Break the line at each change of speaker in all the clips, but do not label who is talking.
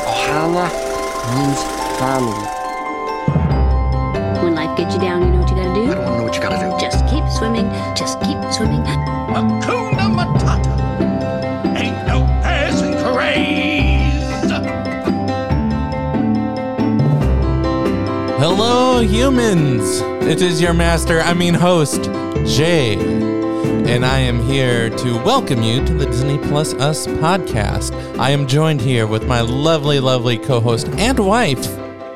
Anna means family.
When life gets you down, you know what you gotta
I
do?
don't know what you gotta do.
Just keep swimming, just keep swimming.
Hakuna Matata. Ain't no passing craze.
Hello, humans! It is your master, I mean host, Jay, and I am here to welcome you to the Disney Plus Us podcast. I am joined here with my lovely, lovely co host and wife,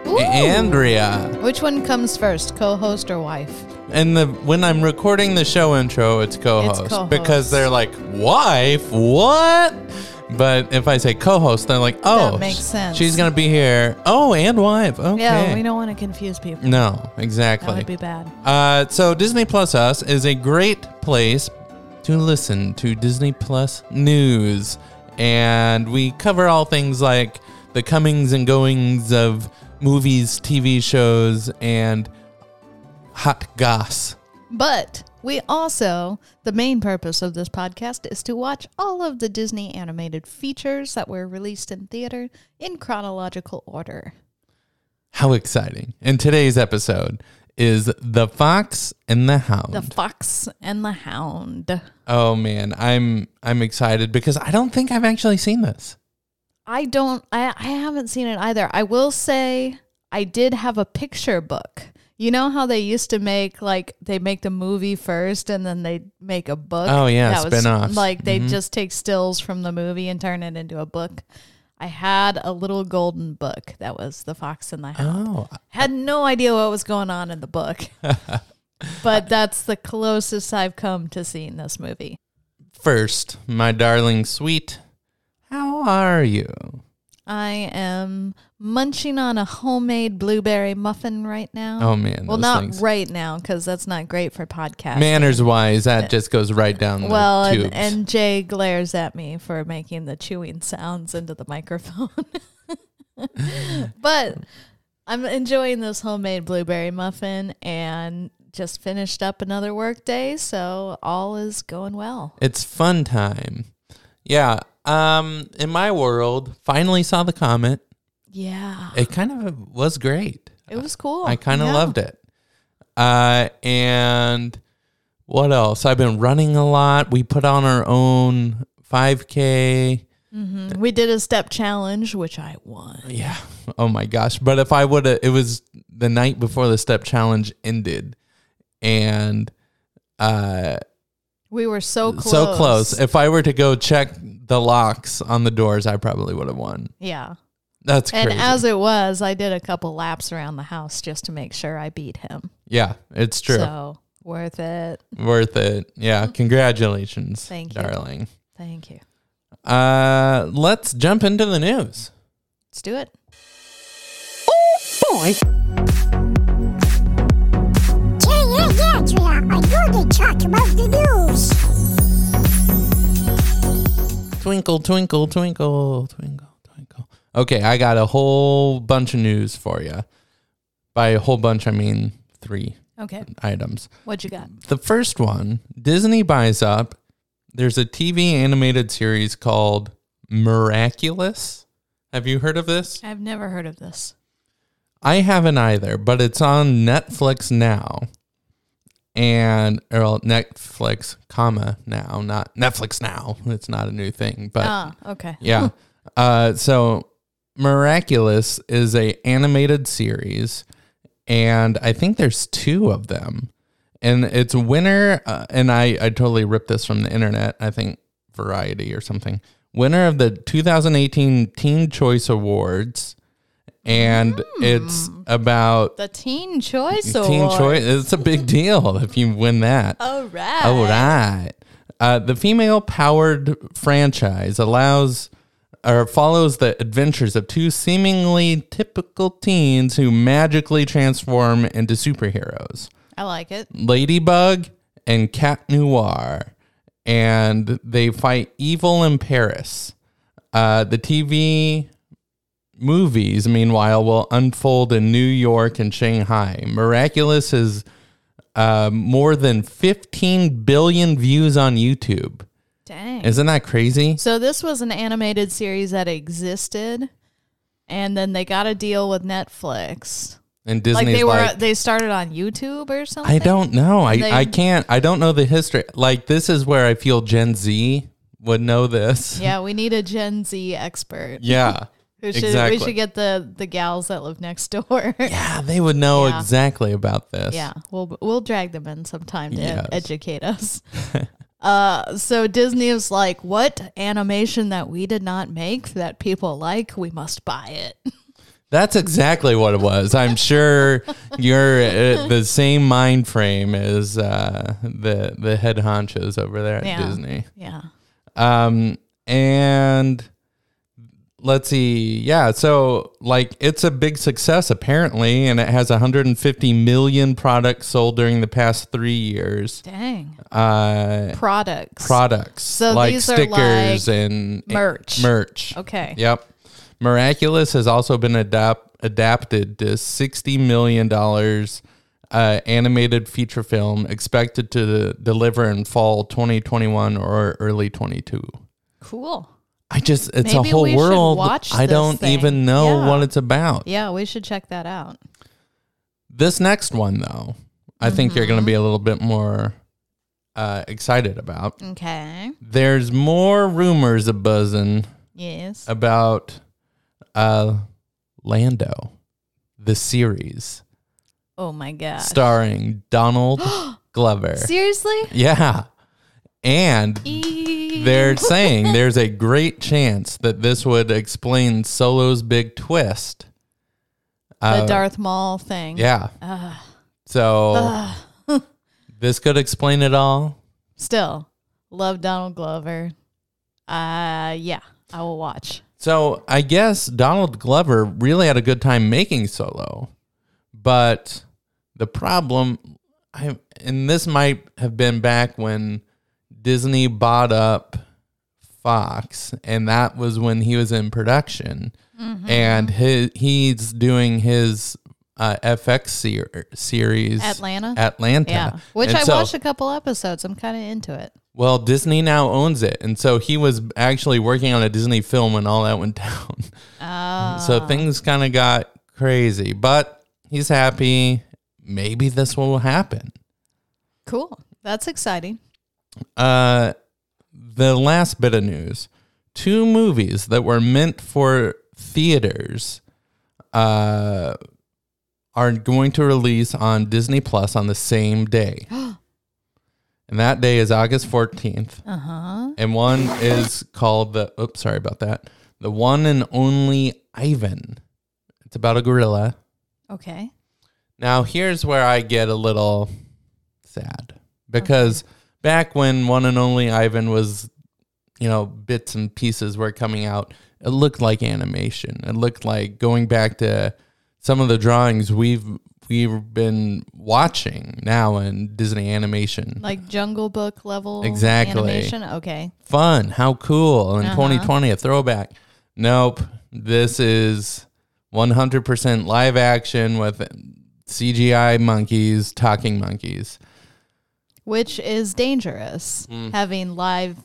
Andrea.
Which one comes first, co-host or wife?
And the, when I'm recording the show intro, it's co
It's
host
co-host.
because they're like, wife? What? But if I say co host, they're like, oh,
makes sense.
she's going to be here. Oh, and wife. Okay.
Yeah, we don't want to confuse people.
No, exactly.
That would be bad.
Uh, so Disney Plus Us is a great place to listen to Disney Plus news, and we cover all things like the comings and goings of movies, TV shows, and hot goss.
But we also, the main purpose of this podcast is to watch all of the Disney animated features that were released in theater in chronological order.
How exciting! And today's episode is the Fox and the Hound.
The Fox and the Hound.
oh man, I'm I'm excited because I don't think I've actually seen this.
I don't I, I haven't seen it either. I will say I did have a picture book. You know how they used to make like they make the movie first and then they make a book.
Oh, yeah,
That was
spin-offs. Mm-hmm.
Like they just take stills from the movie and turn it into a book. I had a little golden book that was The Fox and the Hound.
Oh,
Had no idea what was going on in the book. but that's the closest I've come to seeing this movie.
First, my darling sweet, how are you?
I am munching on a homemade blueberry muffin right now.
Oh man,
well,
those
not
things.
right now because that's not great for podcast.
manners wise, that just goes right down the
well,
tubes.
and, and Jay glares at me for making the chewing sounds into the microphone. but I'm enjoying this homemade blueberry muffin and just finished up another workday, so all is going well.
it's fun time. Yeah. Um, in my world, finally saw the comet.
Yeah,
It kind of was great.
it was cool.
I kind of
Yeah.
loved it. Uh, and what else? I've been running a lot. We put on our own 5K.
We did a step challenge, which I won.
Yeah. Oh my gosh. But if I would have, it was the night before the step challenge ended, and uh,
We were so close.
so close. If I were to go check the locks on the doors, I probably would have won.
Yeah.
That's
And
crazy.
as it was, I did a couple laps around the house just to make sure I beat him.
yeah, it's true.
So worth it.
Worth it. Yeah. Congratulations,
Thank you.
darling.
Thank you.
Uh, let's jump into the news.
Let's do it.
boy. Yeah, yeah, yeah, Andrea. I know they talk about the news.
Twinkle, twinkle, twinkle, twinkle, twinkle. Okay, I got a whole bunch of news for you. By a whole bunch, I mean three
Okay.
items.
What you got?
The first one, Disney buys up. There's a TV animated series called Miraculous. Have you heard of this?
I've never heard of this.
I haven't either, but it's on Netflix now. And or well, Netflix, comma now, not Netflix now. It's not a new thing, but
Ah, okay.
yeah. Uh, so Miraculous is a animated series, and I think there's two of them. And it's winner, uh, and I, I totally ripped this from the internet, I think Variety or something. Winner of the 2018 Teen Choice Awards. And it's about
The Teen Choice Award.
Teen Choice. It's a big deal if you win that.
All right.
All right. Uh, the female powered franchise allows or follows the adventures of two seemingly typical teens who magically transform into superheroes
I like it.
Ladybug and Cat Noir. And they fight evil in Paris. Uh, the TV movies, meanwhile, will unfold in New York and Shanghai. Miraculous is uh, more than 15 billion views on YouTube.
Dang.
Isn't that crazy?
so this was an animated series that existed and then they got a deal with Netflix.
And Disney's
like
like,
they were, they started on YouTube or something.
I don't know. I,
They-
I can't. I don't know the history. Like this is where I feel Gen Z would know this.
Yeah, we need a Gen Z expert.
Yeah.
Who should,
exactly.
We should get the the gals that live next door. Yeah,
Yeah, Ah, they would know
Yeah.
exactly about this.
we'll we'll drag them in sometime to
Yes.
educate us. uh, so Disney is like, what animation that we did not make that people like, we must buy it.
That's exactly what it was. I'm sure you're uh, the same mind frame as uh, the the head honchos over there at
Yeah.
Disney.
Yeah,
Um, and let's see. Yeah. So, like, it's a big success, apparently, and it has 150 million products sold during the past three years.
dang
Uh,
products.
products.
So
like
these are
stickers
like
and and
merch.
Merch.
Okay.
Yep. Miraculous has also been adapt- adapted to $60 million uh, animated feature film expected to deliver in fall 2021 or early 22.
Cool.
I just, it's
Maybe
a whole
we should
world.
watch
I
this
don't
thing.
even know
Yeah.
what it's about.
Yeah, we should check that out.
This next one, though, I think you're going to be
Mm-hmm.
a little bit more uh, excited about.
Okay.
There's more rumors a buzzing
Yes.
about uh, Lando, the series
Oh my god.
starring Donald Glover.
Seriously?
Yeah. And
E.
they're saying there's a great chance that this would explain Solo's big twist.
the
uh,
Darth Maul thing.
Yeah. so this could explain it all.
Still, love Donald Glover. Uh yeah, I will watch.
So I guess Donald Glover really had a good time making Solo, but the problem, I and this might have been back when Disney bought up Fox, and that was when he was in production,
Mm-hmm.
and his, he's doing his uh, FX ser- series
Atlanta?
Atlanta,
Yeah. Which
And
I
so-
watched a couple episodes. I'm kind of into it.
well, Disney now owns it. And so he was actually working on a Disney film when all that went down. So things kind of got crazy, but he's happy. Maybe this will happen.
Cool. That's exciting.
Uh, the last bit of news two movies that were meant for theaters uh, are going to release on Disney Plus on the same day. and that day is August 14th.
Uh-huh.
and one is called the oops sorry about that the one and only ivan it's about a gorilla
Okay.
now here's where i get a little sad because back when one and only ivan was you know bits and pieces were coming out it looked like animation it looked like going back to some of the drawings we've we've been watching now in disney animation
Like Jungle Book level
Exactly.
animation. Okay.
fun, how cool in 2020, a throwback. Nope, this is 100% live action with CGI monkeys, talking monkeys.
Which is dangerous
Mm.
having live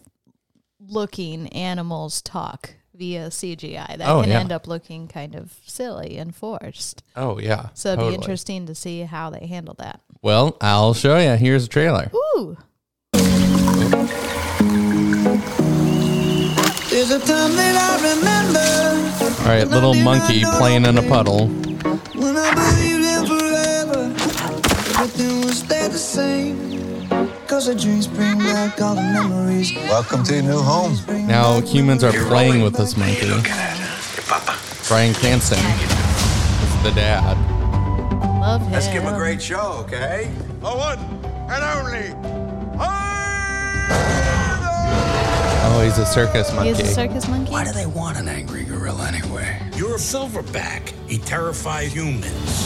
looking animals talk via CGI. That
Oh,
can
yeah.
end up looking kind of silly and forced.
Oh, yeah.
So it'd
totally.
be interesting to see how they handle that.
Well, I'll show you. Here's a trailer.
Ooh.
There's a time that I remember
All right, little monkey playing in a puddle.
when I believed in forever. Everything would stay the same. Cause the dreams bring back all the memories.
Welcome to your new home.
Bring
Now
back
humans are
memories.
playing with this monkey. Brian Cranston is the dad.
Love him.
great show, okay?
The one and only
Oh, he's a circus monkey.
He's a circus monkey.
Why do they want an angry gorilla anyway?
You're a silverback. He terrifies humans.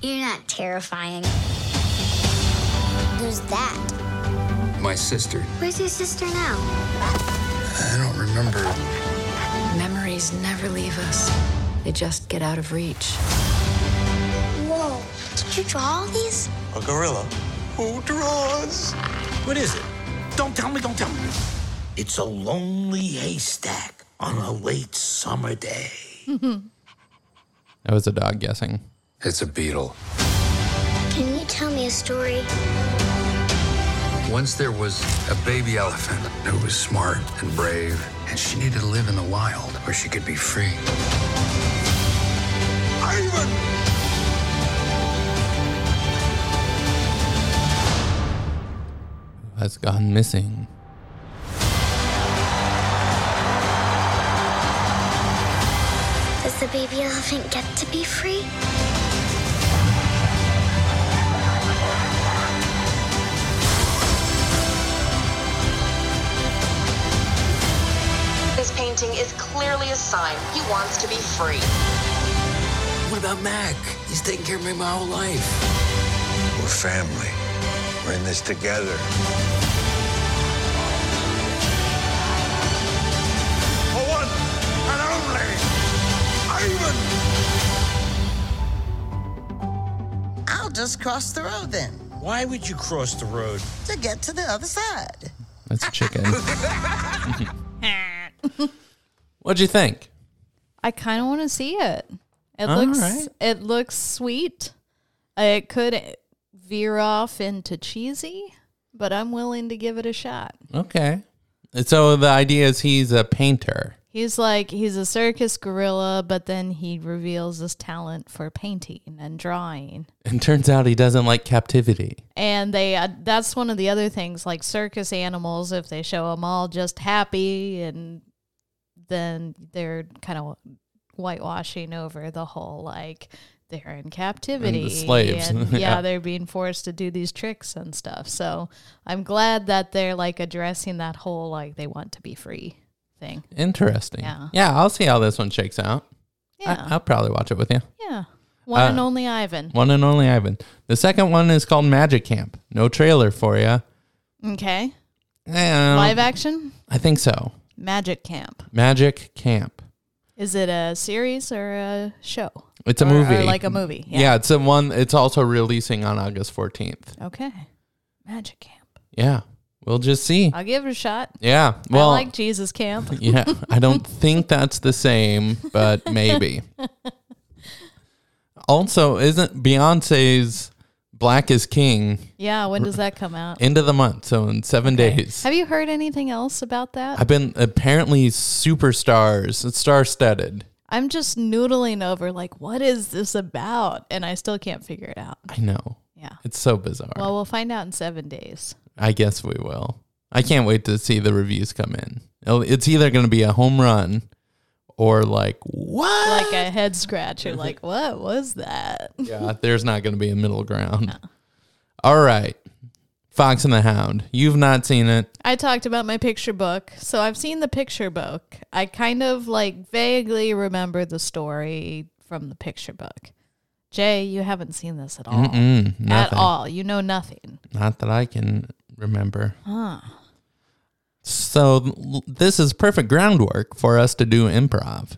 You're not terrifying. Who's that?
My sister.
Where's your sister now?
I don't remember.
Memories never leave us. They just get out of reach.
Whoa, did you draw all these?
A gorilla? Who draws?
What is it? Don't tell me, don't tell me. It's a lonely haystack on a late summer day.
That was a dog guessing.
It's a beetle.
Can you tell me a story?
Once there was a baby elephant who was smart and brave, and she needed to live in the wild where she could be free.
Ivan!
Has gone missing.
Does the baby elephant get to be free?
This painting is clearly a sign he wants to be free.
What about Mac? He's taken care of me my whole life.
We're family. We're in this together. For one and only Ivan!
I'll just cross the road then
Why would you cross the road?
to get to the other side.
That's a chicken. What'd you think?
I kind of want to see it. It
All
looks
right.
it looks sweet. It could veer off into cheesy, but I'm willing to give it a shot.
Okay. And So the idea is he's a painter.
He's like he's a circus gorilla, but then he reveals his talent for painting and drawing.
And turns out he doesn't like captivity.
And they uh, that's one of the other things like circus animals if they show them all just happy and then they're kind of whitewashing over the whole like they're in captivity
slaves.
and,
Yeah.
yeah. they're being forced to do these tricks and stuff. So I'm glad that they're like addressing that whole like they want to be free thing.
Interesting.
Yeah.
I'll see how this one shakes out.
Yeah.
I, will probably watch it with you.
yeah. One and
Uh,
only Ivan.
One and only Ivan. The second one is called Magic Camp. No trailer for you.
Okay. Live action?
I think so.
Magic Camp.
Magic Camp.
Is it a series or a show?
It's a
Or-
movie.
Or like a movie.
Yeah. it's the one. It's also releasing on August 14th.
Okay. Magic Camp.
Yeah. We'll just see.
I'll give it a shot.
yeah. Well,
I like Jesus Camp.
yeah, I don't think that's the same, but maybe. Also, isn't Beyonce's Black is King
yeah. When does that come out?
end of the month? So in seven days.
Have you heard anything else about that?
I've been apparently superstars, star studded.
I'm just noodling over like, what is this about? And I still can't figure it out.
I know.
Yeah.
It's so bizarre.
Well, we'll find out in seven days.
I guess we will. I can't wait to see the reviews come in. It'll- It's either going to be a home run or like, what?
Like a head scratcher. Like, what was that?
Yeah, there's not going to be a middle ground. All right. Fox and the Hound. You've not seen it.
I talked about my picture book. So I've seen the picture book. I kind of like vaguely remember the story from the picture book. Jay, you haven't seen this at all.
Mm-mm, Mm, nothing.
At all. You know nothing.
Not that I can remember.
Huh.
So l- this is perfect groundwork for us to do improv.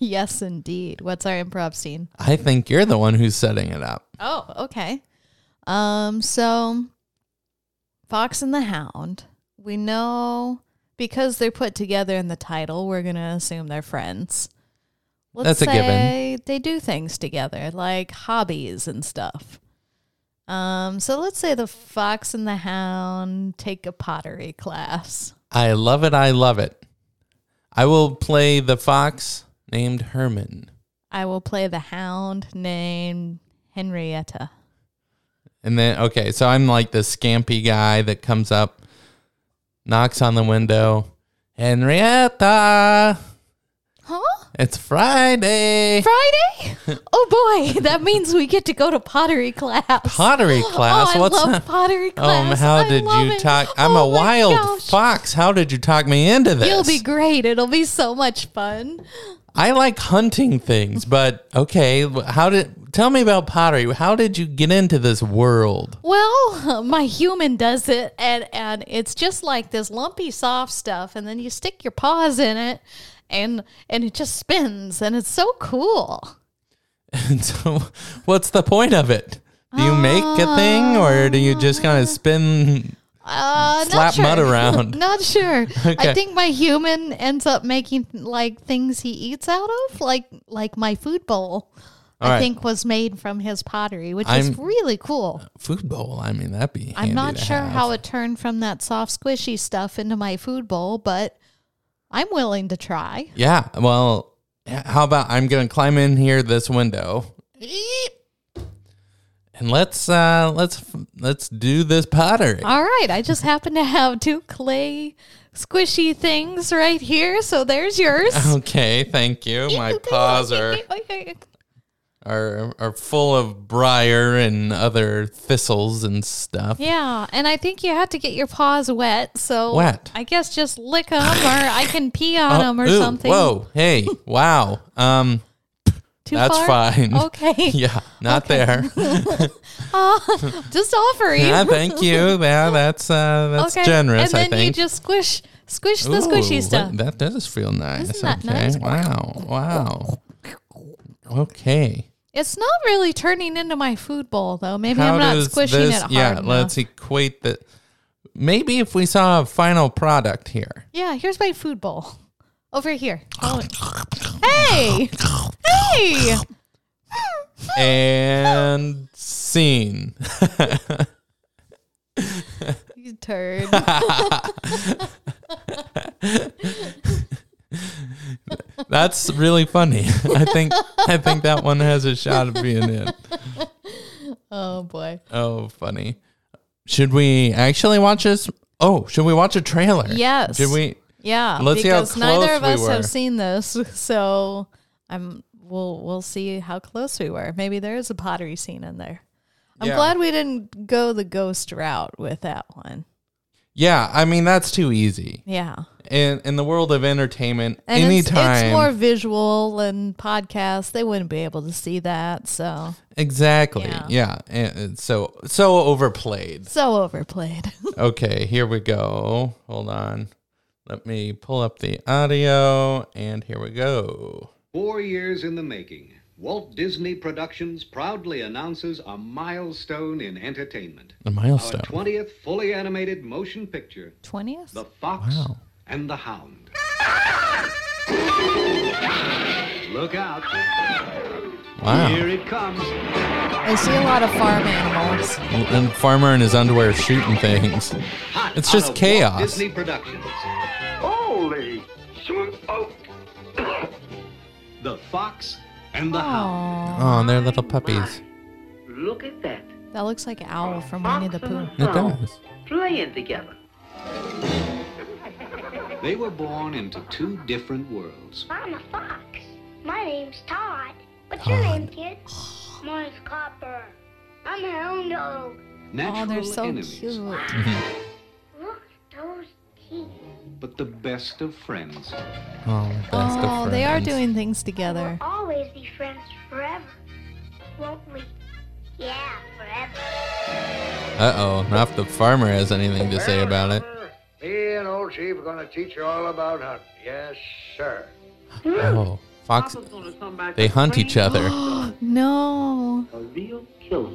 yes, indeed. What's our improv scene?
I think you're the one who's setting it up.
Oh, okay. Um, so Fox and the Hound, we know because they're put together in the title, we're gonna assume they're friends.
That's a given.
say They do things together, like hobbies and stuff. Um, so let's say the fox and the hound take a pottery class.
I love it. I love it. I will play the fox named Herman.
I will play the hound named Henrietta.
And then, okay, so I'm like the scampy guy that comes up, knocks on the window. Henrietta,
Huh?
it's Friday.
Friday? Oh boy, that means we get to go to pottery class.
pottery class.
Oh, I
What's
love
that?
pottery
Um,
class.
how
I
did
love
you
it.
talk? I'm
Oh
a
my
wild
gosh.
fox. How did you talk me into this?
You'll be great. It'll be so much fun.
I like hunting things, but okay. How did? Tell me about pottery. How did you get into this world?
Well, my human does it, and and it's just like this lumpy soft stuff, and then you stick your paws in it, and and it just spins, and it's so cool.
And so,
Ah.
what's the point of it? Do you make a thing, or do you just kind of spin?
Uh,
Slap
not sure.
mud around.
not sure.
Okay.
I think my human ends up making like things he eats out of, like like my food bowl.
All
I
right.
think was made from his pottery, which
I'm-
is really cool.
Food bowl. I mean, that'd be.
I'm
handy
not
to
sure
have.
how it turned from that soft squishy stuff into my food bowl, but I'm willing to try.
Yeah. Well, h- how about I'm gonna climb in here this window, and let's uh let's let's do this pottery.
All right, I just happen to have two clay squishy things right here, so there's yours.
Okay. Thank you. Oh, My paws are are are full of briar and other thistles and stuff.
Yeah, and I think you have to get your paws wet. So
Wet.
I guess just lick them, or I can pee on
Oh,
them or
ooh,
something.
Whoa. Hey. Wow. Um.
Too
that's
far?
fine.
Okay.
yeah. Not there.
Uh, just offering.
yeah, thank you. Yeah, that's uh, that's
okay.
generous.
And then
I think.
you just squish, squish the
Ooh,
squishy stuff.
That, that does feel nice.
Isn't that
okay.
nice?
Wow. Wow. Okay.
It's not really turning into my food bowl though. Maybe
How
I'm not
does
squishing
this-
it hard
Yeah,
enough.
let's equate the. Maybe if we saw a final product here.
Yeah, here's my food bowl. Over here. Oh. Hey! Hey!
And scene.
You turd.
That's really funny. I think I think that one has a shot of being in.
oh boy.
Oh, funny. Should we actually watch this? Oh, should we watch a trailer?
Yes.
Should we?
Yeah.
Let's see how
because neither
close
of
we
us
were.
have seen this, so I'm we'll we'll see how close we were. Maybe there is a pottery scene in there. I'm
Yeah.
glad we didn't go the ghost route with that one.
Yeah, I mean that's too easy.
Yeah.
In in the world of entertainment,
And it's-
anytime
it's more visual and podcast, they wouldn't be able to see that, so
exactly. Yeah,
Yeah.
And, and so so overplayed.
so overplayed.
Okay, here we go. Hold on. Let me pull up the audio and here we go.
Four years in the making, Walt Disney Productions proudly announces a milestone in entertainment.
A milestone.
Our 20th fully animated motion picture,
20th?
The Fox and the Hound. Look out.
Wow.
Here it comes.
I see a lot of farm animals.
And farmer in his underwear shooting things. It's
Out
just
of Walt
chaos.
Disney Productions.
Holy
Oh.
The Fox and the
Hound.
Oh, and they're little puppies.
Look at that.
That looks like Owl from Winnie the Pooh. Oh,
It does.
Playing together.
They were born into two different worlds.
I'm a fox. My name's Todd. What's your name, kid? Mine's Copper. I'm a hound dog.
Natural
they're so
enemies.
Look at those teeth.
But the best of friends.
Oh,
Oh, they are doing things together.
We'll always be friends forever, won't we? Yeah, forever.
Uh oh, not if the farmer has anything to say about it.
Me and old Chief are going to teach you all about hunting. Yes, sir.
Oh, fox. They hunt each other.
no.
A real killer.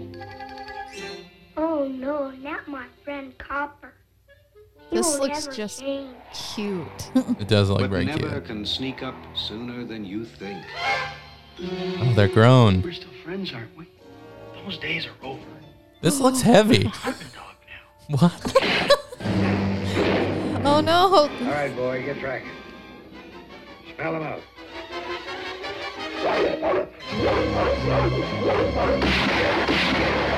Oh no, not my friend Copper. He
This
will
looks
never
just
change.
cute.
It does look
but
very
never
cute.
can sneak up sooner than you think.
Oh, they're grown.
We're still friends, aren't we? Those days are over.
This looks heavy. What?
Oh
All
no.
right, boy, get tracking. Smell them out.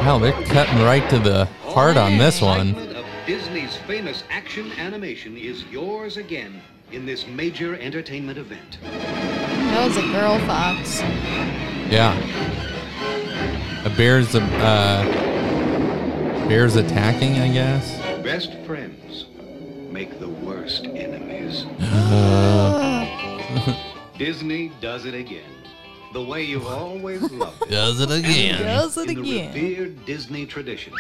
Wow, they're cutting right to the heart on this
Oh,
one.
Excitement of Disney's famous action animation is yours again in this major entertainment event.
That was a girl fox.
Yeah. A bear's a uh, bear's attacking, I guess.
Best friends make the worst enemies.
Uh,
Disney does it again. The way you've always loved it.
Does it again.
Does it
In the
again.
revered Disney tradition.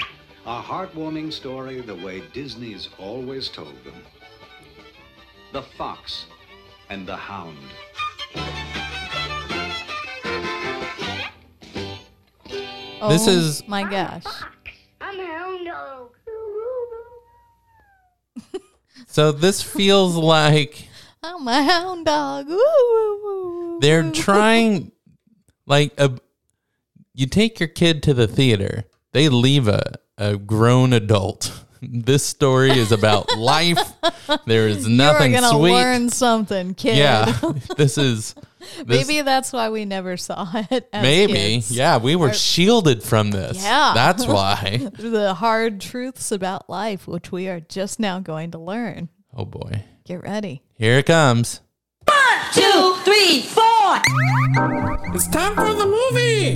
A heartwarming story the way Disney's always told them. The Fox and the Hound.
Oh
This is-
Oh my gosh.
I'm a hound dog.
So this feels like
I'm a Oh, hound dog. Ooh, ooh, ooh, ooh.
they're trying, like a, you take your kid to the theater, they leave a, a grown adult. This story is about life. There is nothing
You're gonna
sweet.
learn something, kid.
Yeah, this is this,
maybe that's why we never saw it. As
maybe
kids.
yeah. We were
Or-
shielded from this.
Yeah,
that's why.
the hard truths about life, which we are just now going to learn.
Oh boy,
Get ready.
here it comes.
Two, three, four.
It's time for the movie!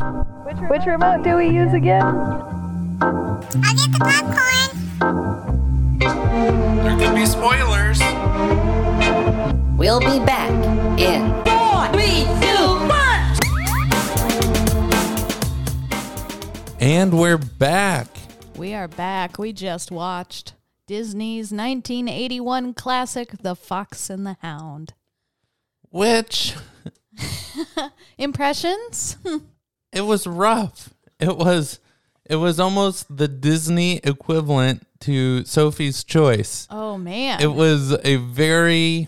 Which remote do we use again?
I get the popcorn! There could be spoilers.
We'll be back in four, three, two, one.
And we're back.
We are back. We just watched Disney's 1981 classic, The Fox and the Hound.
Which
Impressions?
it was rough. It was it was almost the Disney equivalent to Sophie's Choice.
oh man.
It was a very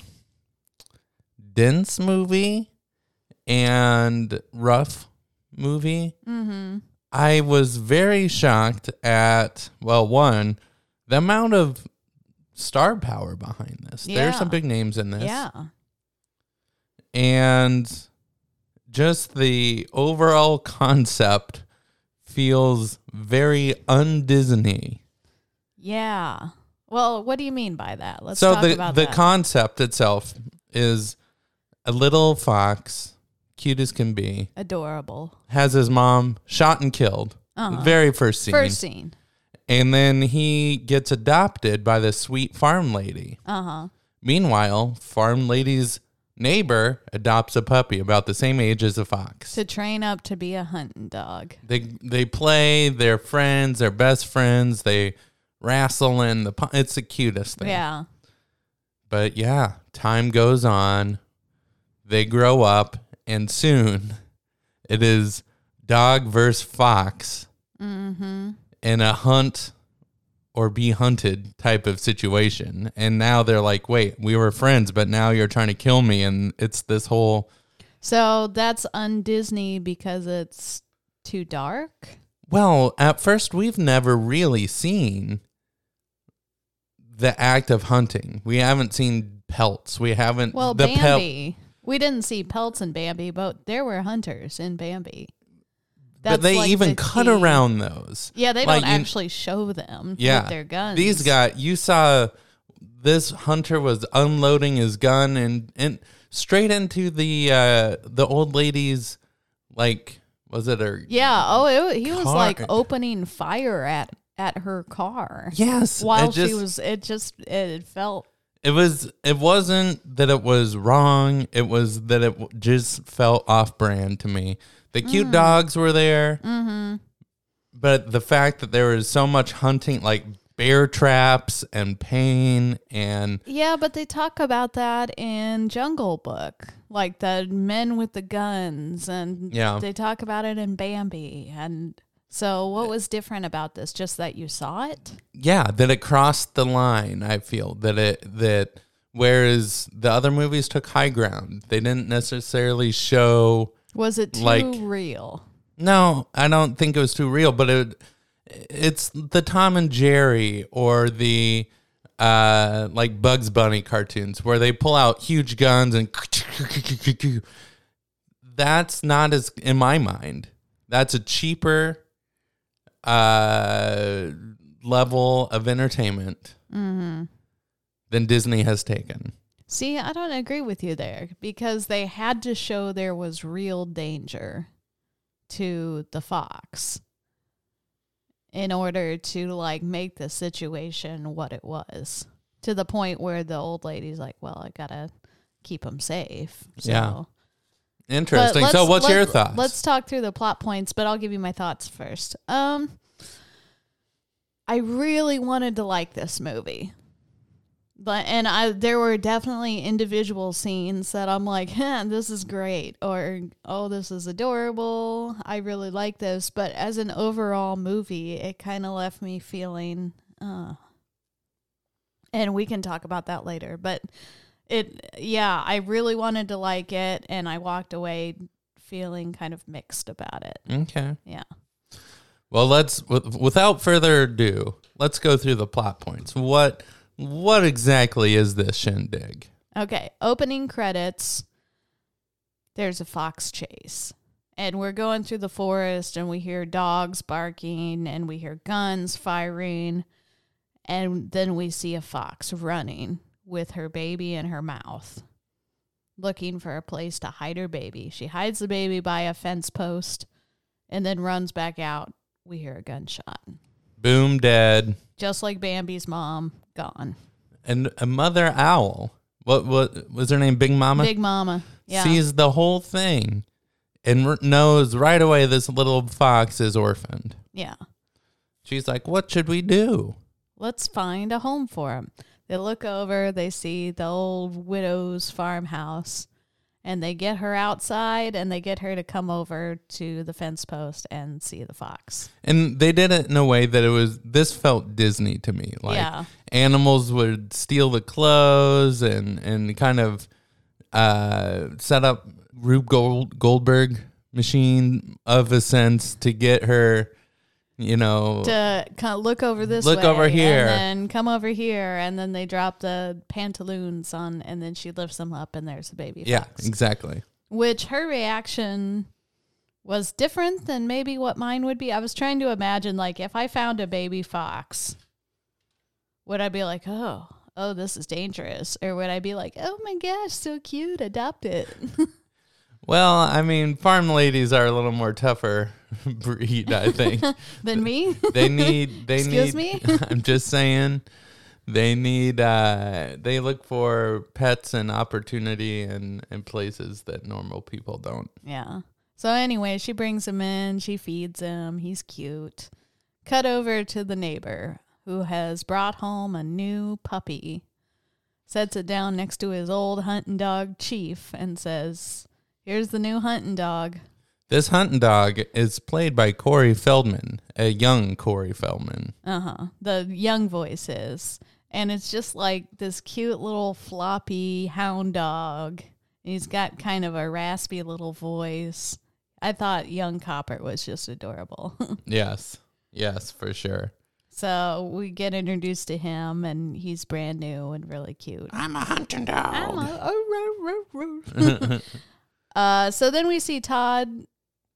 dense movie and rough movie.
Mm-hmm.
I was very shocked at well, one, the amount of star power behind this. There are some
Yeah.
big names in this
Yeah.
and just the overall concept feels very un-Disney.
Yeah. Well, what do you mean by that? Let's
so
talk
the
about
the
that.
concept itself is a little fox, cute as can be,
Adorable.
has his mom shot and killed.
Uh-huh.
Very first scene.
First scene.
And then he gets adopted by this sweet farm lady.
Uh huh.
Meanwhile, farm lady's neighbor adopts a puppy about the same age as a fox.
To train up to be a hunting dog.
They they play. They're friends. They're best friends. They wrestle in the. pu- It's the cutest thing.
Yeah.
But yeah, time goes on. They grow up, and soon it is dog versus fox
Mm-hmm.
in a hunt or be hunted type of situation. And now they're like, wait, we were friends, but now you're trying to kill me, and it's this whole.
So that's un Disney because it's too dark.
Well, at first, we've never really seen the act of hunting. We haven't seen pelts. We haven't.
Well,
the pel-
Bambi. we didn't see pelts in Bambi, but there were hunters in Bambi.
but they
like
even
the
cut
key.
around those.
Yeah, they
Like,
don't
you-
actually show them
Yeah,
with their guns.
These guys, you saw this hunter was unloading his gun and and straight into the uh the old lady's like was it her
Yeah. Oh, it, wa- he was
Car-
like opening fire at at her car.
Yes, it
While she
just-
was, it just it felt
it was it wasn't that it was wrong it was that it w- just felt off brand to me the cute
Mm.
dogs were there
mhm.
but the fact that there was so much hunting like bear traps and pain and
Yeah, but they talk about that in Jungle Book, like the men with the guns, and
Yeah.
they talk about it in Bambi. And so,
Eh.
what was different about this? Just that you saw it.
yeah that it crossed the line i feel that it that whereas the other movies took high ground they didn't necessarily show
Was it too
Like-
real?
No, I don't think it was too real, but it it's the Tom and Jerry or the uh like Bugs Bunny cartoons where they pull out huge guns and that's not as in my mind. That's a cheaper uh level of entertainment
Mm-hmm.
than Disney has taken.
See, I don't agree with you there because they had to show there was real danger to the fox in order to like make the situation what it was to the point where the old lady's like, well, I gotta keep him safe. So.
Yeah.
But
Interesting. So
let's-
what's your
let's-
thoughts?
Let's talk through the plot points, but I'll give you my thoughts first. Um I really wanted to like this movie. But and I there were definitely individual scenes that I'm like, huh, this is great or oh this is adorable. I really like this, but as an overall movie, it kind of left me feeling uh and we can talk about that later. But it, yeah, I really wanted to like it, and I walked away feeling kind of mixed about it.
Okay.
Yeah.
Well, let's w- without further ado, let's go through the plot points. What what exactly is this shindig?
Okay. Opening credits. There's a fox chase. And we're going through the forest and we hear dogs barking and we hear guns firing. And then we see a fox running with her baby in her mouth, looking for a place to hide her baby. She hides the baby by a fence post and then runs back out we hear a gunshot.
Boom, dead.
Just like Bambi's mom, gone.
And a mother owl. What what was her name? Big Mama.
Big Mama. Yeah.
Sees the whole thing, and knows right away this little fox is orphaned.
Yeah.
She's like, "What should we do?
Let's find a home for him." They look over. They see the old widow's farmhouse, and they get her outside and they get her to come over to the fence post and see the fox.
And they did it in a way that it was this felt Disney to me. Like
Yeah.
animals would steal the clothes and and kind of uh, set up Rube Gold, Goldberg machine of a sense to get her, you know,
To kind of look over this
Look
way
over here.
and then come over here and then they drop the pantaloons on and then she lifts them up and there's a baby
yeah,
fox.
exactly.
which her reaction was different than maybe what mine would be. I was trying to imagine, like, if I found a baby fox, would I be like, oh, oh, this is dangerous? Or would I be like, oh my gosh, so cute, adopt it?
Well, I mean, farm ladies are a little more tougher breed, I think.
than me?
they need they
Excuse
need
me?
i'm just saying they need uh they look for pets and opportunity and and places that normal people don't
yeah. So, anyway, she brings him in, she feeds him, he's cute. Cut over to the neighbor who has brought home a new puppy, sets it down next to his old hunting dog, Chief, and says, Here's the new hunting dog.
this hunting dog is played by corey feldman a young corey feldman
Uh huh. The young voices. And it's just like this cute little floppy hound dog. And He's got kind of a raspy little voice. I thought young Copper was just adorable.
yes yes for sure
so we get introduced to him, and he's brand new and really cute. I'm oh, a hunting dog. Uh, so then we see Todd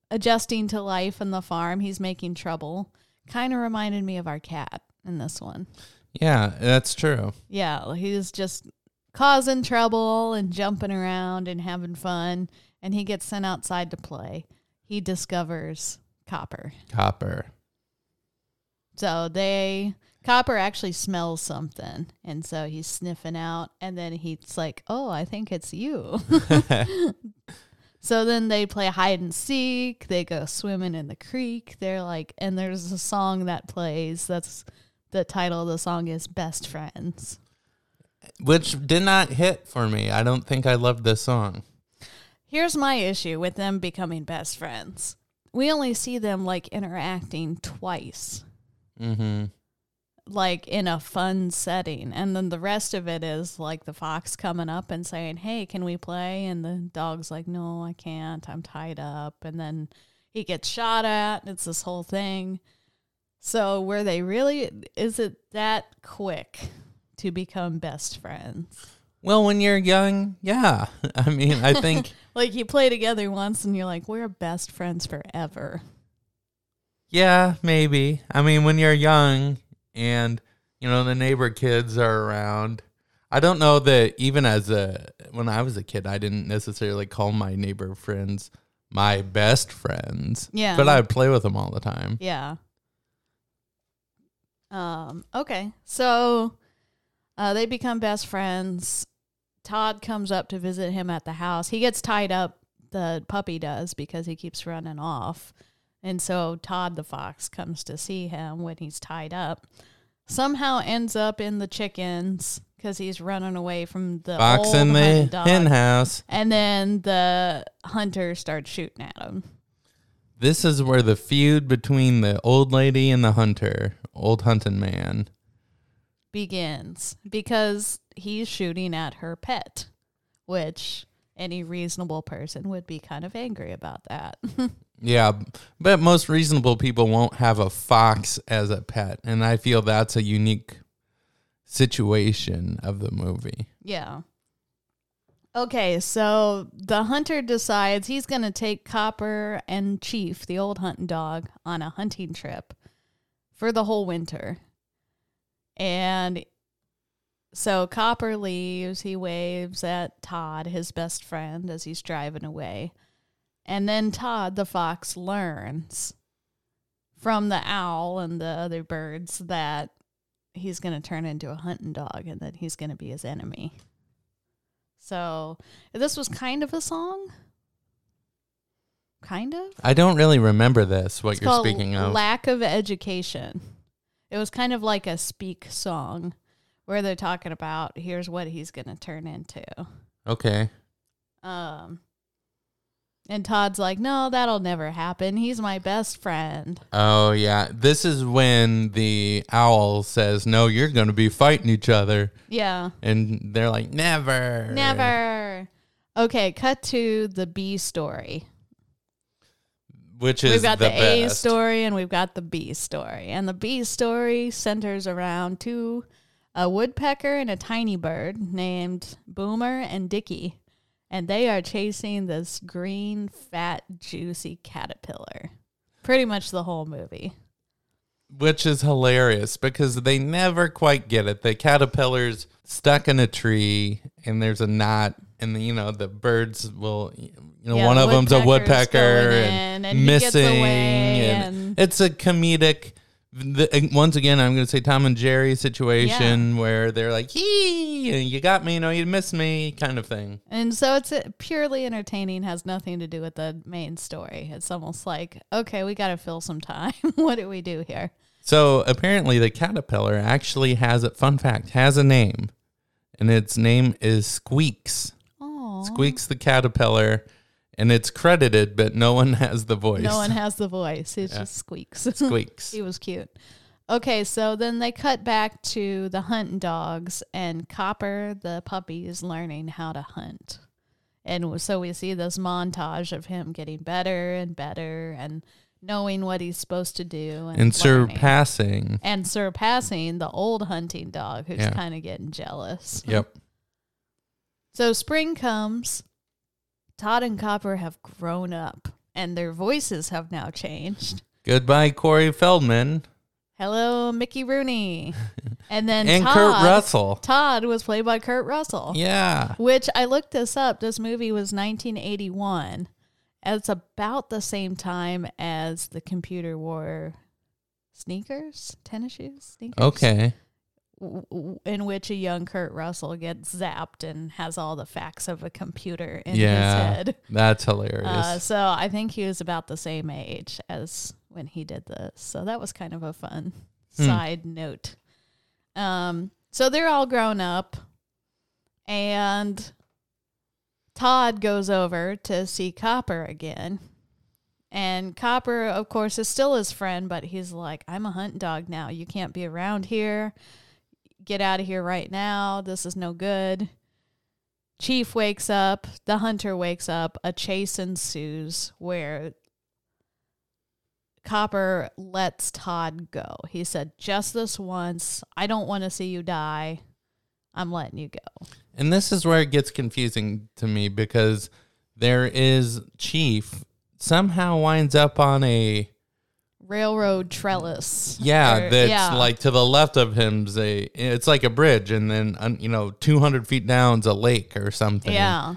adjusting to life on the farm. He's making trouble. Kind of reminded me of our cat in this one.
yeah that's true
Yeah, he's just causing trouble and jumping around and having fun. And he gets sent outside to play. He discovers Copper.
copper
So they, Copper actually smells something. And so he's sniffing out. And then he's like, oh, I think it's you. So then they play hide and seek. They go swimming in the creek. They're like, and there's a song that plays. That's the title of the song is Best Friends.
which did not hit for me i don't think i loved this song
Here's my issue with them becoming best friends. We only see them like interacting twice,
mm-hmm
like in a fun setting. And then the rest of it is like the fox coming up and saying, Hey, can we play? And the dog's like, No, I can't. I'm tied up. And then he gets shot at. And it's this whole thing. So were they really is it that quick to become best friends?
well when you're young yeah i mean i think
Like you play together once and you're like, We're best friends forever.
Yeah, maybe. I mean, when you're young and you know the neighbor kids are around, I don't know that even as a when I was a kid, I didn't necessarily call my neighbor friends my best friends.
Yeah.
but I would play with them all the time.
Yeah. Um, okay. So uh, they become best friends. Todd comes up to visit him at the house. He gets tied up, the puppy does, because he keeps running off. And so Todd the fox comes to see him when he's tied up. Somehow ends up in the chickens because he's running away from the
Fox
old
in the
hunting dog.
hen house.
And then the hunter starts shooting at him.
This is where the feud between the old lady and the hunter, old hunting man,
begins because he's shooting at her pet, which any reasonable person would be kind of angry about that.
Yeah, but most reasonable people won't have a fox as a pet, and I feel that's a unique situation of the movie.
yeah. Okay, so the hunter decides he's going to take Copper and Chief, the old hunting dog, on a hunting trip for the whole winter. And so Copper leaves. He waves at Todd, his best friend, as he's driving away. And then Todd, the fox, learns from the owl and the other birds that he's going to turn into a hunting dog and that he's going to be his enemy. So this was kind of a song. Kind of.
I don't really remember this, what
It's
you're
called
speaking of.
Lack of education. It was kind of like a speak song where they're talking about here's what he's going to turn into.
okay.
Um, and Todd's like, no, that'll never happen. He's my best friend.
Oh, yeah. This is when the owl says, No, you're going to be fighting each other.
Yeah.
And they're like, Never.
Never. Okay, cut to the B story.
Which is
We've got the, A
best.
story and we've got the B story. And the B story centers around two a woodpecker and a tiny bird named Boomer and Dicky. And they are chasing this green, fat, juicy caterpillar. Pretty much the whole movie.
which is hilarious because they never quite get it. The caterpillar's stuck in a tree and there's a knot and the, you know the birds will you know
Yeah,
one
the
of them's a
woodpecker's
woodpecker
going
and,
in and he gets
missing
away
and, it's a comedic the, and once again I'm going to say Tom and Jerry situation where they're like hee you got me you know you missed me kind of thing.
And so it's uh, purely entertaining, has nothing to do with the main story. It's almost like, okay, we got to fill some time. what do we do here?
So apparently, the caterpillar actually has a fun fact has a name, and its name is Squeaks. Squeaks the caterpillar, and it's credited, but no one has the voice.
No one has the voice. It
Yeah.
just squeaks.
Squeaks.
he was cute. Okay, so then they cut back to the hunting dogs, and Copper, the puppy, is learning how to hunt. And w- so we see this montage of him getting better and better and knowing what he's supposed to do
And
learning.
surpassing.
And surpassing the old hunting dog who's
Yeah.
kind of getting jealous.
Yep.
So spring comes. Todd and Copper have grown up and their voices have now changed.
Goodbye, Corey Feldman.
Hello, Mickey Rooney. And then
And Kurt
Todd,
Russell.
Todd was played by Kurt Russell.
Yeah.
Which I looked this up. This movie was 1981. And It's about the same time as the computer wore sneakers, tennis shoes, sneakers.
Okay.
w- w- in which a young Kurt Russell gets zapped and has all the facts of a computer in
Yeah,
his head.
that's hilarious.
Uh, so I think he was about the same age as when he did this. So that was kind of a fun
Hmm.
side note. Um, so they're all grown up, and Todd goes over to see Copper again. And Copper, of course, is still his friend, but he's like, I'm a hunt dog now. You can't be around here. Get out of here right now. This is no good. Chief wakes up. The hunter wakes up. A chase ensues where Copper lets Todd go. He said, Just this once. I don't want to see you die. I'm letting you go.
And this is where it gets confusing to me because there is Chief somehow winds up on a
Railroad trellis.
Yeah,
Or-
that's
yeah.
like to the left of him's a. It's like a bridge, and then um, you know, two hundred feet down's a lake or something.
Yeah.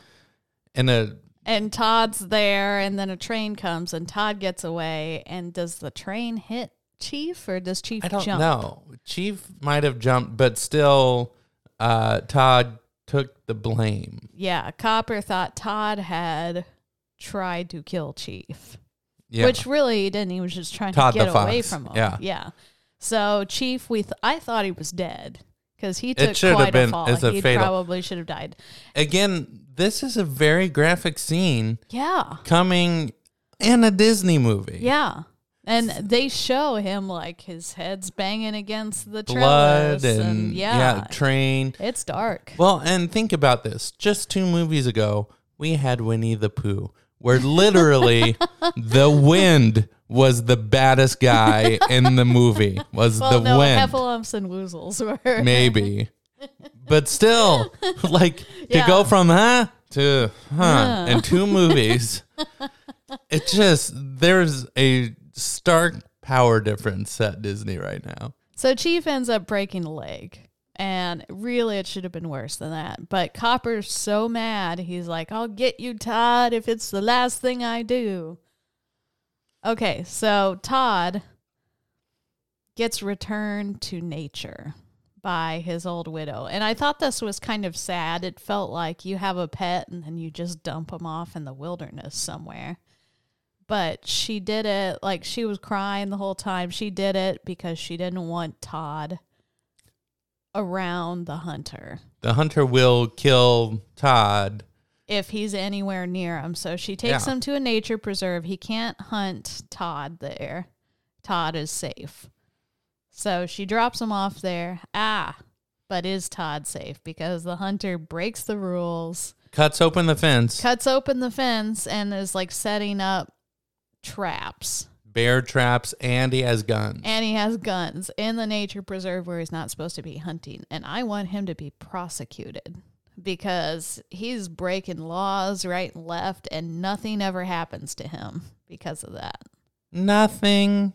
and a
And Todd's there, and then a train comes, and Todd gets away. And does the train hit Chief, or does Chief
I don't
jump?
know. Chief might have jumped, but still, uh, Todd took the blame.
Yeah, Copper thought Todd had tried to kill Chief,
Yeah.
which really he didn't. He was just trying
Todd
to
the
get away
Fox,
from him.
yeah.
yeah. So Chief, we th- I thought he was dead because he
It
took
should have
quite
been-
a fall.
it's a
he
fatal-
probably should have died.
Again, this is a very graphic scene
Yeah,
coming in a Disney movie.
yeah. And they show him like his head's banging against the
Blood
trellis
and, yeah. train.
It's dark.
Well, and think about this. Just two movies ago, we had Winnie the Pooh, where literally the wind was the baddest guy in the movie. Was
well,
the
no,
wind.
heffalumps and woozles were
maybe. But still, like
Yeah.
to go from huh to huh
Huh.
in two movies, it just there's a stark power difference at Disney right now.
So Chief ends up breaking a leg. And really, it should have been worse than that. But Copper's so mad, he's like, I'll get you, Todd, if it's the last thing I do. Okay, so Todd gets returned to nature by his old widow. And I thought this was kind of sad. It felt like you have a pet and then you just dump him off in the wilderness somewhere but she did it like she was crying the whole time. She did it because she didn't want Todd around the hunter
The hunter will kill Todd.
if he's anywhere near him. So she takes
Yeah.
him to a nature preserve. He can't hunt Todd there. Todd is safe. So she drops him off there. Ah, but is Todd safe because the hunter breaks the rules?
Cuts open the fence.
cuts open the fence and is like setting up traps.
Bear traps and he has guns.
And he has guns in the nature preserve where he's not supposed to be hunting. And I want him to be prosecuted because he's breaking laws right and left, and nothing ever happens to him because of that.
Nothing.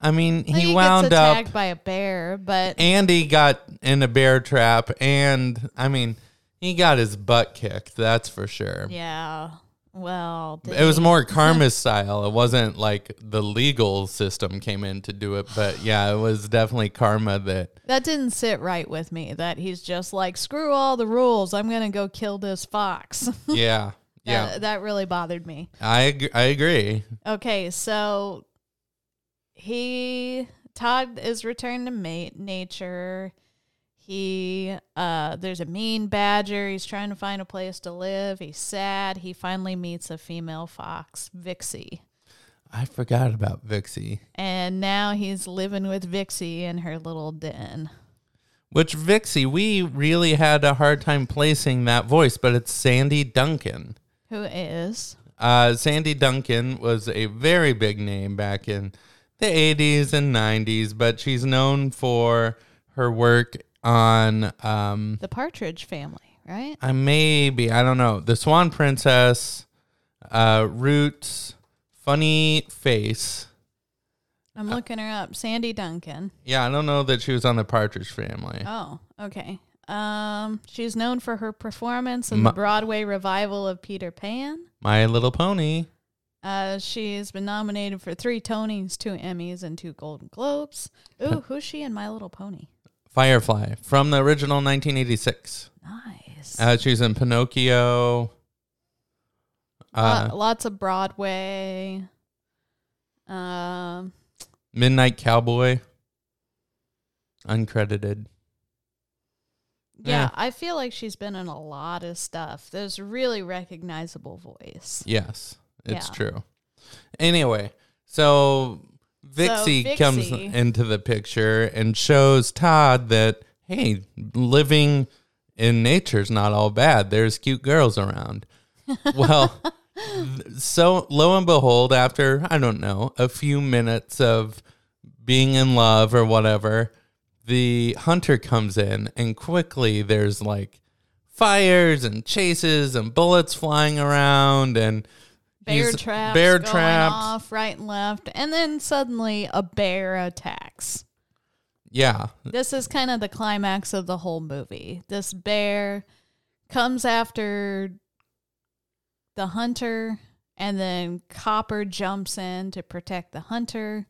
I mean,
Like,
he wound
gets attacked
up
by a bear, but
Andy got in a bear trap, and I mean, he got his butt kicked. That's for sure.
yeah, well, did
It was
he?
more karma style. It wasn't like the legal system came in to do it, but yeah, it was definitely karma that
That didn't sit right with me. That he's just like, screw all the rules. I'm gonna go kill this fox.
yeah. Yeah.
that, that really bothered me.
I ag- I agree.
Okay, so he Todd is returned to mate nature. He uh there's a mean badger. He's trying to find a place to live. He's sad. He finally meets a female fox, Vixie.
I forgot about Vixie,
And now he's living with Vixie in her little den.
which Vixie, we really had a hard time placing that voice, but it's Sandy Duncan.
Who is
Uh, Sandy Duncan was a very big name back in the 80s and 90s, but she's known for her work on, um,
the Partridge family, right?
I maybe, I don't know, The Swan Princess, uh, Roots, Funny Face.
I'm looking her up. Sandy Duncan.
Yeah, I don't know that she was on the Partridge Family.
Oh, okay. Um, she's known for her performance in
Ma-
the Broadway revival of Peter Pan.
My Little Pony.
Uh, she's been nominated for three Tonys, two Emmys, and two Golden Globes. Ooh, who's she in My Little Pony?
Firefly from the original 1986.
Nice.
Uh, she was in Pinocchio. Uh,
Lo- lots of Broadway. Um,
Midnight Cowboy. Uncredited.
yeah,
Yeah.
I feel like she's been in a lot of stuff. There's a really recognizable voice.
Yes, it's
Yeah.
true. Anyway, so Vixie, comes
Vixie-
into the picture and shows Todd that, hey, living in nature's not all bad. There's cute girls around. Well, th- so lo and behold, after, I don't know, a few minutes of being in love or whatever, the hunter comes in and quickly there's like fires and chases and bullets flying around and
Bear
he's-
traps,
bear
going
traps.
off right and left, and then suddenly a bear attacks.
Yeah,
this is kind of the climax of the whole movie. This bear comes after the hunter, and then Copper jumps in to protect the hunter,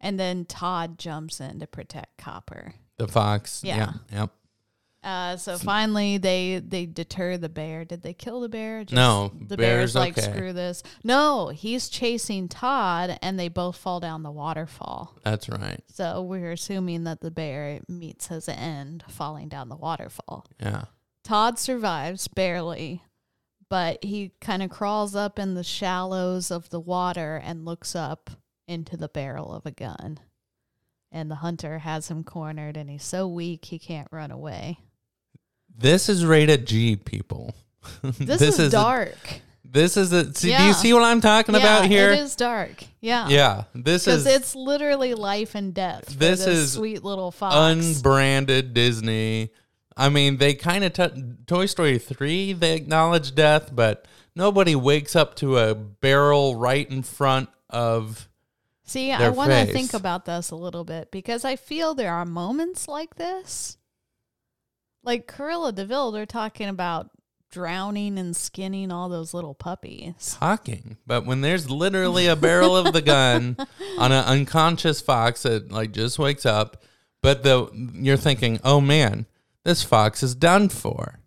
and then Todd jumps in to protect Copper.
the fox.
Yeah.
Yeah, yep.
Uh, so finally, they they deter the bear. Did they kill the bear? Just-
No,
the
bear's
bear's like
okay.
screw this. No, he's chasing Todd, and they both fall down the waterfall.
That's right.
So we're assuming that the bear meets his end falling down the waterfall.
Yeah.
Todd survives barely, but he kind of crawls up in the shallows of the water and looks up into the barrel of a gun. And the hunter has him cornered, and he's so weak he can't run away.
This is rated G, people.
This, is, dark.
This is a. See, Do
Yeah.
you see what I'm talking
Yeah,
about here?
It is dark. Yeah.
Yeah, this is
Because it's literally life and death. For
this
this,
is
sweet little fox.
unbranded Disney. I mean, they kind of t- Toy Story three. They acknowledge death, but nobody wakes up to a barrel right in front of.
See, I
their
want to
face.
think about this a little bit because I feel there are moments like this. Like Corilla Deville, they're talking about drowning and skinning all those little puppies.
talking, but when there's literally a barrel of the gun on an unconscious fox that like just wakes up, but the you're thinking, oh man, this fox is done for.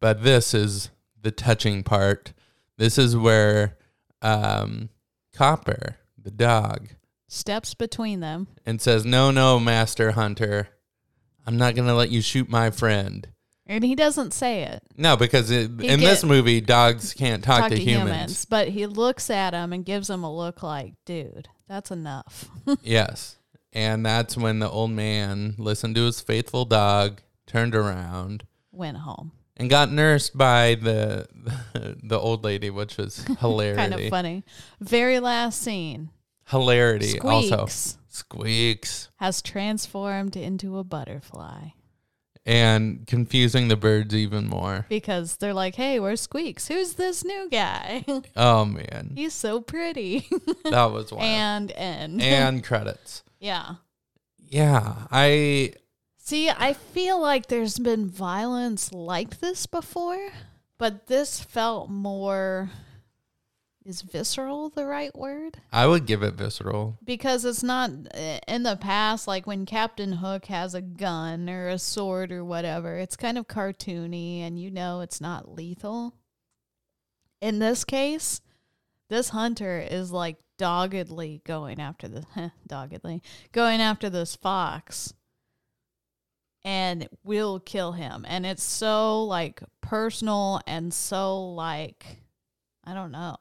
But this is the touching part. This is where um, Copper, the dog,
Steps between them.
and says, "No, no, Master Hunter, I'm not gonna let you shoot my friend."
And he doesn't say it.
No, because it, in
He
this
get-
movie, dogs can't talk, to, humans.
But he looks at him and gives him a look like, dude, that's enough.
Yes. And that's when the old man listened to his faithful dog, turned around,
Went home.
and got nursed by the the old lady, which was hilarity.
kind of funny. Very last scene
Hilarity also.
Squeaks.
Squeaks.
has transformed into a butterfly
And confusing the birds even more.
because they're like, hey, where's Squeaks? Who's this new guy?
Oh man.
He's so pretty.
That was wild.
and end.
and credits.
yeah.
Yeah. I
See, I feel like there's been violence like this before, but this felt more is visceral the right word?
I would give it visceral.
Because it's not uh, in the past like when Captain Hook has a gun or a sword or whatever. It's kind of cartoony and you know it's not lethal. In this case, this hunter is like doggedly going after this doggedly going after this fox and will kill him and it's so like personal and so like i don't know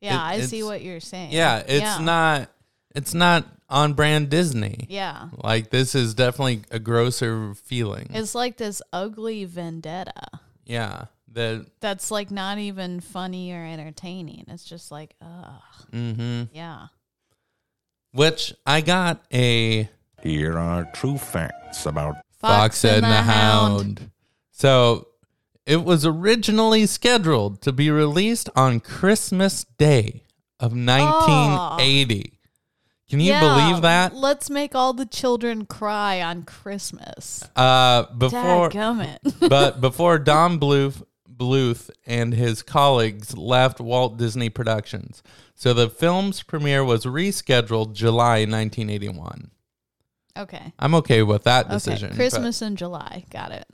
yeah
It-
i see
it's-
what you're saying
Yeah, it's not it's not on brand Disney.
Yeah.
Like this is definitely a grosser feeling.
it's like this ugly vendetta
yeah. The
that's like not even funny or entertaining it's just like ugh
mhm.
yeah
Which I got a
Here are true facts about
Fox, and the, Hound. So it was originally scheduled to be released on Christmas Day of 1980. Can you
Yeah,
believe that?
let's make all the children cry on christmas
Uh, before
Dadgummit.
but before Don Bluth, Bluth and his colleagues left Walt Disney Productions, so the film's premiere was rescheduled July 1981.
okay
I'm okay with that
Okay,
decision. but-
Christmas in July. Got it.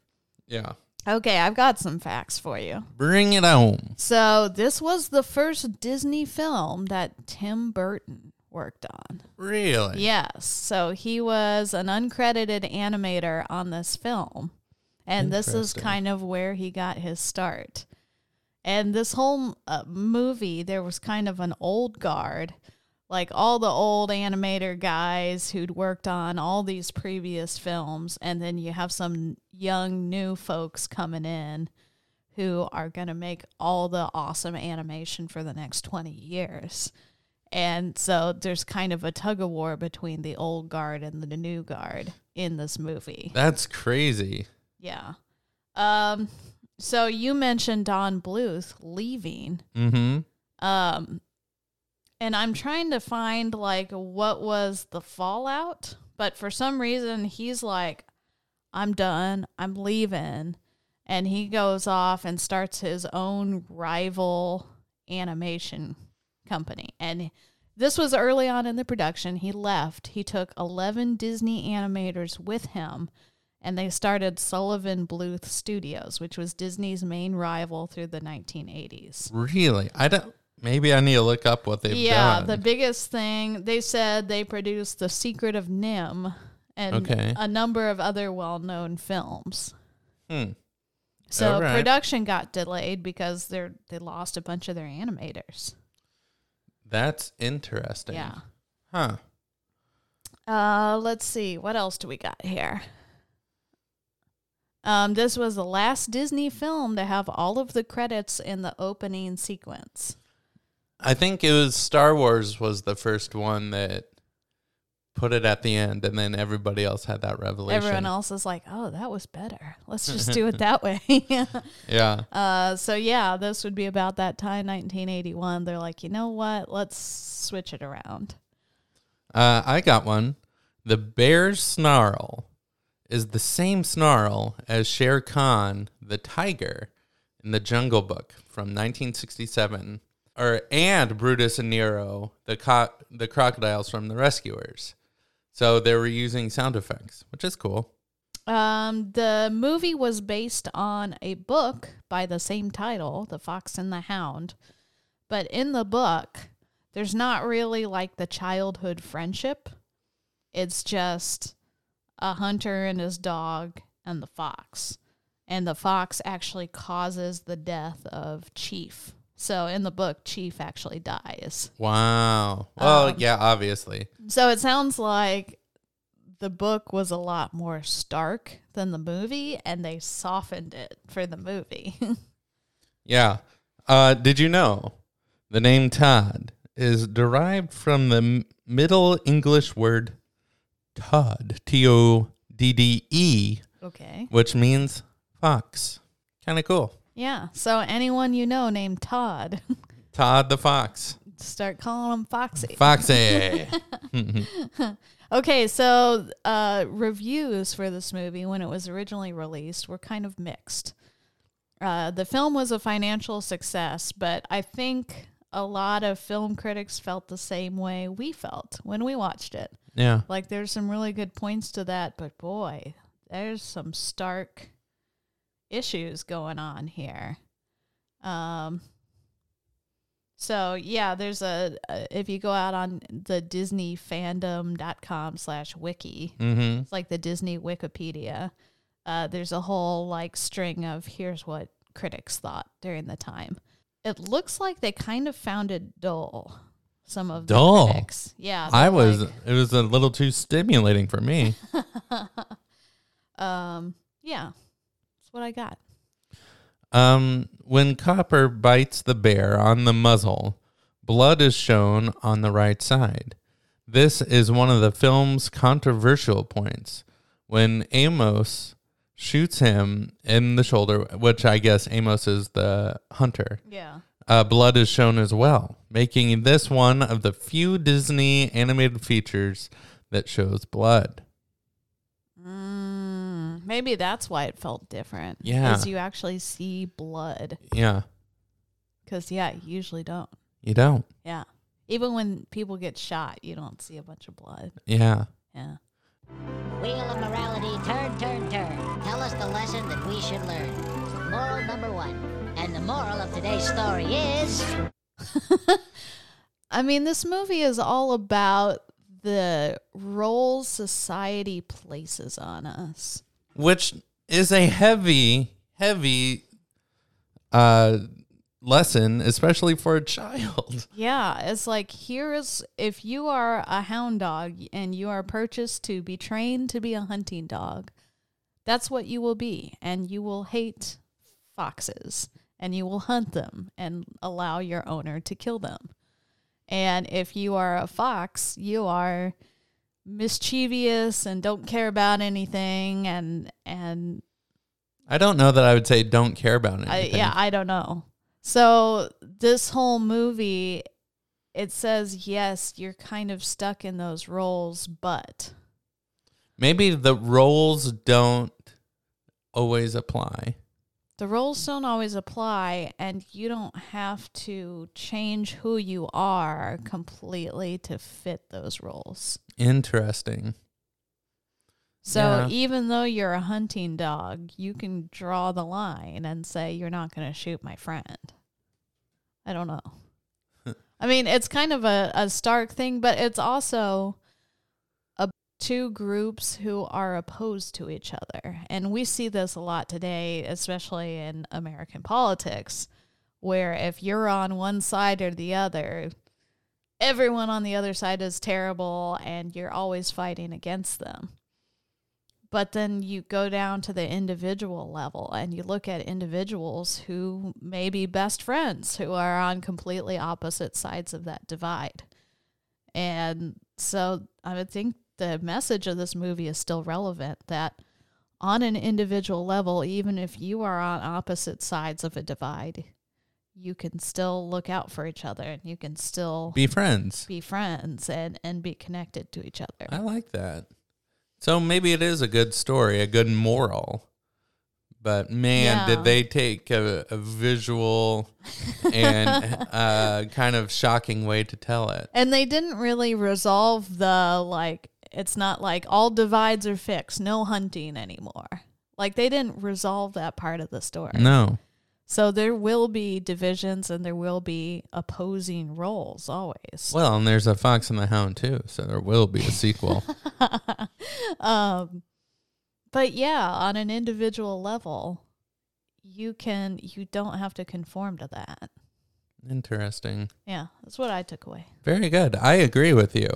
yeah,
Okay, I've got some facts for you.
bring it home.
So, this was the first Disney film that Tim Burton worked on.
Really?
Yes. So, he was an uncredited animator on this film. And this is
Interesting.
kind of where he got his start. And this whole uh, movie, there was kind of an old guard, like all the old animator guys who'd worked on all these previous films. And then you have some young, new folks coming in who are going to make all the awesome animation for the next 20 years. And so there's kind of a tug of war between the old guard and the new guard in this movie.
That's crazy.
Yeah. Um. So you mentioned Don Bluth leaving.
Mm-hmm.
Um. And I'm trying to find like what was the fallout, but for some reason he's like, "I'm done. I'm leaving," and he goes off and starts his own rival animation company. And this was early on in the production. He left. He took 11 Disney animators with him and they started Sullivan Bluth Studios, which was Disney's main rival through the 1980s.
Really? I don't. Maybe I need to look up what they've
yeah,
done.
the biggest thing they said they produced The Secret of Nim and
Okay.
a number of other well-known films.
Hmm.
So
All right.
production got delayed because they are they lost a bunch of their animators.
That's interesting.
Yeah.
Huh.
Uh, let's see. What else do we got here? Um, this was the last Disney film to have all of the credits in the opening sequence.
I think it was Star Wars was the first one that put it at the end, and then everybody else had that revelation.
Everyone else is like, "Oh, that was better. Let's just do it that way." yeah.
Yeah.
Uh, so yeah, this would be about that time, 1981. They're like, you know what? Let's switch it around.
Uh, I got one. The bear's snarl is the same snarl as Shere Khan, the tiger, in the Jungle Book from 1967, or and Brutus and Nero, the co- the crocodiles from The Rescuers. So they were using sound effects, which is cool.
Um, the movie was based on a book by the same title, The Fox and the Hound. But in the book, there's not really like the childhood friendship. It's just a hunter and his dog and the fox. And the fox actually causes the death of Chief. So in the book, Chief actually dies.
Wow. Well, yeah, obviously.
So it sounds like the book was a lot more stark than the movie, and they softened it for the movie.
Yeah. Uh, did you know the name Todd is derived from the M- Middle English word Todd, T O D D E,
okay.
which means fox. Kind of cool.
Yeah. So anyone you know named Todd,
Todd the fox.
start calling him Foxy.
Foxy.
okay. So uh, reviews for this movie when it was originally released were kind of mixed. Uh, the film was a financial success, but I think a lot of film critics felt the same way we felt when we watched it.
Yeah.
Like there's some really good points to that, but boy, there's some stark issues going on here. Um so yeah, there's a, a if you go out on the disneyfandom.com slash wiki,
Mhm.
it's like the Disney Wikipedia. Uh, there's a whole like string of here's what critics thought during the time. It looks like they kind of found it dull. Some of
Dull?
the critics, yeah.
I
they're
was,
like,
it was a little too stimulating for me.
um, yeah, that's what I got.
Um, when Copper bites the bear on the muzzle, blood is shown on the right side. This is one of the film's controversial points. When Amos shoots him in the shoulder, which I guess Amos is the hunter.
Yeah.
Uh, blood is shown as well, making this one of the few Disney animated features that shows blood.
Mm, maybe that's why it felt different.
Yeah.
because you actually see blood.
Yeah,
Because yeah, you usually don't.
you don't.
Yeah, even when people get shot, you don't see a bunch of blood.
Yeah.
Yeah.
Wheel of morality, turn, turn, turn. Tell us the lesson that we should learn. Moral number one. And the moral of today's story is.
I mean, this movie is all about the role society places on us.
which is a heavy, heavy uh, lesson, especially for a child.
Yeah, it's like here is if you are a hound dog and you are purchased to be trained to be a hunting dog, that's what you will be, and you will hate foxes and you will hunt them and allow your owner to kill them. And if you are a fox, you are mischievous and don't care about anything and and
I don't know that I would say don't care about
I,
anything.
yeah, I don't know. So this whole movie, it says yes, you're kind of stuck in those roles, but
Maybe the roles don't always apply.
the roles don't always apply, and you don't have to change who you are completely to fit those roles.
Interesting.
So
Yeah.
even though you're a hunting dog, you can draw the line and say you're not going to shoot my friend. I don't know. I mean, it's kind of a, a stark thing, but it's also a, two groups who are opposed to each other. And we see this a lot today, especially in American politics, where if you're on one side or the other, everyone on the other side is terrible and you're always fighting against them. But then you go down to the individual level and you look at individuals who may be best friends who are on completely opposite sides of that divide. And so I would think the message of this movie is still relevant that on an individual level, even if you are on opposite sides of a divide, you can still look out for each other and you can still
Be friends.
Be friends and, and be connected to each other.
I like that. So maybe it is a good story, a good moral. But man,
Yeah.
did they take a, a visual and uh, kind of shocking way to tell it.
And they didn't really resolve the like it's not like all divides are fixed, no hunting anymore. Like they didn't resolve that part of the story.
No.
So there will be divisions and there will be opposing roles always.
Well, and there's a Fox and the Hound too, so there will be a sequel.
um but yeah, on an individual level, you can you don't have to conform to that.
Interesting.
Yeah, that's what I took away.
Very good. I agree with you.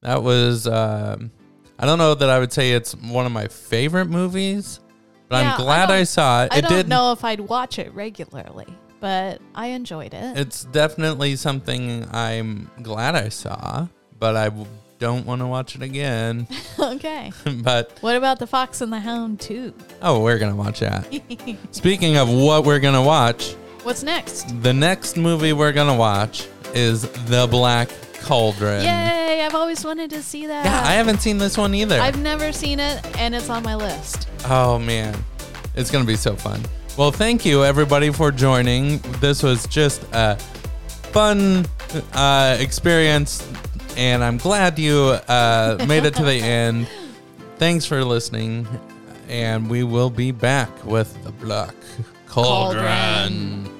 That was, um, I don't know that I would say it's one of my favorite movies, but
Yeah,
I'm glad I,
don't-
saw it.
I
it
don't
did.
know if I'd watch it regularly, but I enjoyed it.
It's definitely something I'm glad I saw, but I w- don't want to watch it again.
okay.
but
What about the Fox and the Hound too?
oh, we're going to watch that. Speaking of what we're going to watch,
What's next?
the next movie we're going to watch is The Black Cauldron.
Yay! I've always wanted to see that.
Yeah, I haven't seen this one either.
I've never seen it, and it's on my list.
Oh man, it's gonna be so fun. Well, thank you everybody for joining. This was just a fun uh, experience, and I'm glad you uh, made it to the end. Thanks for listening, and we will be back with the Black Cauldron.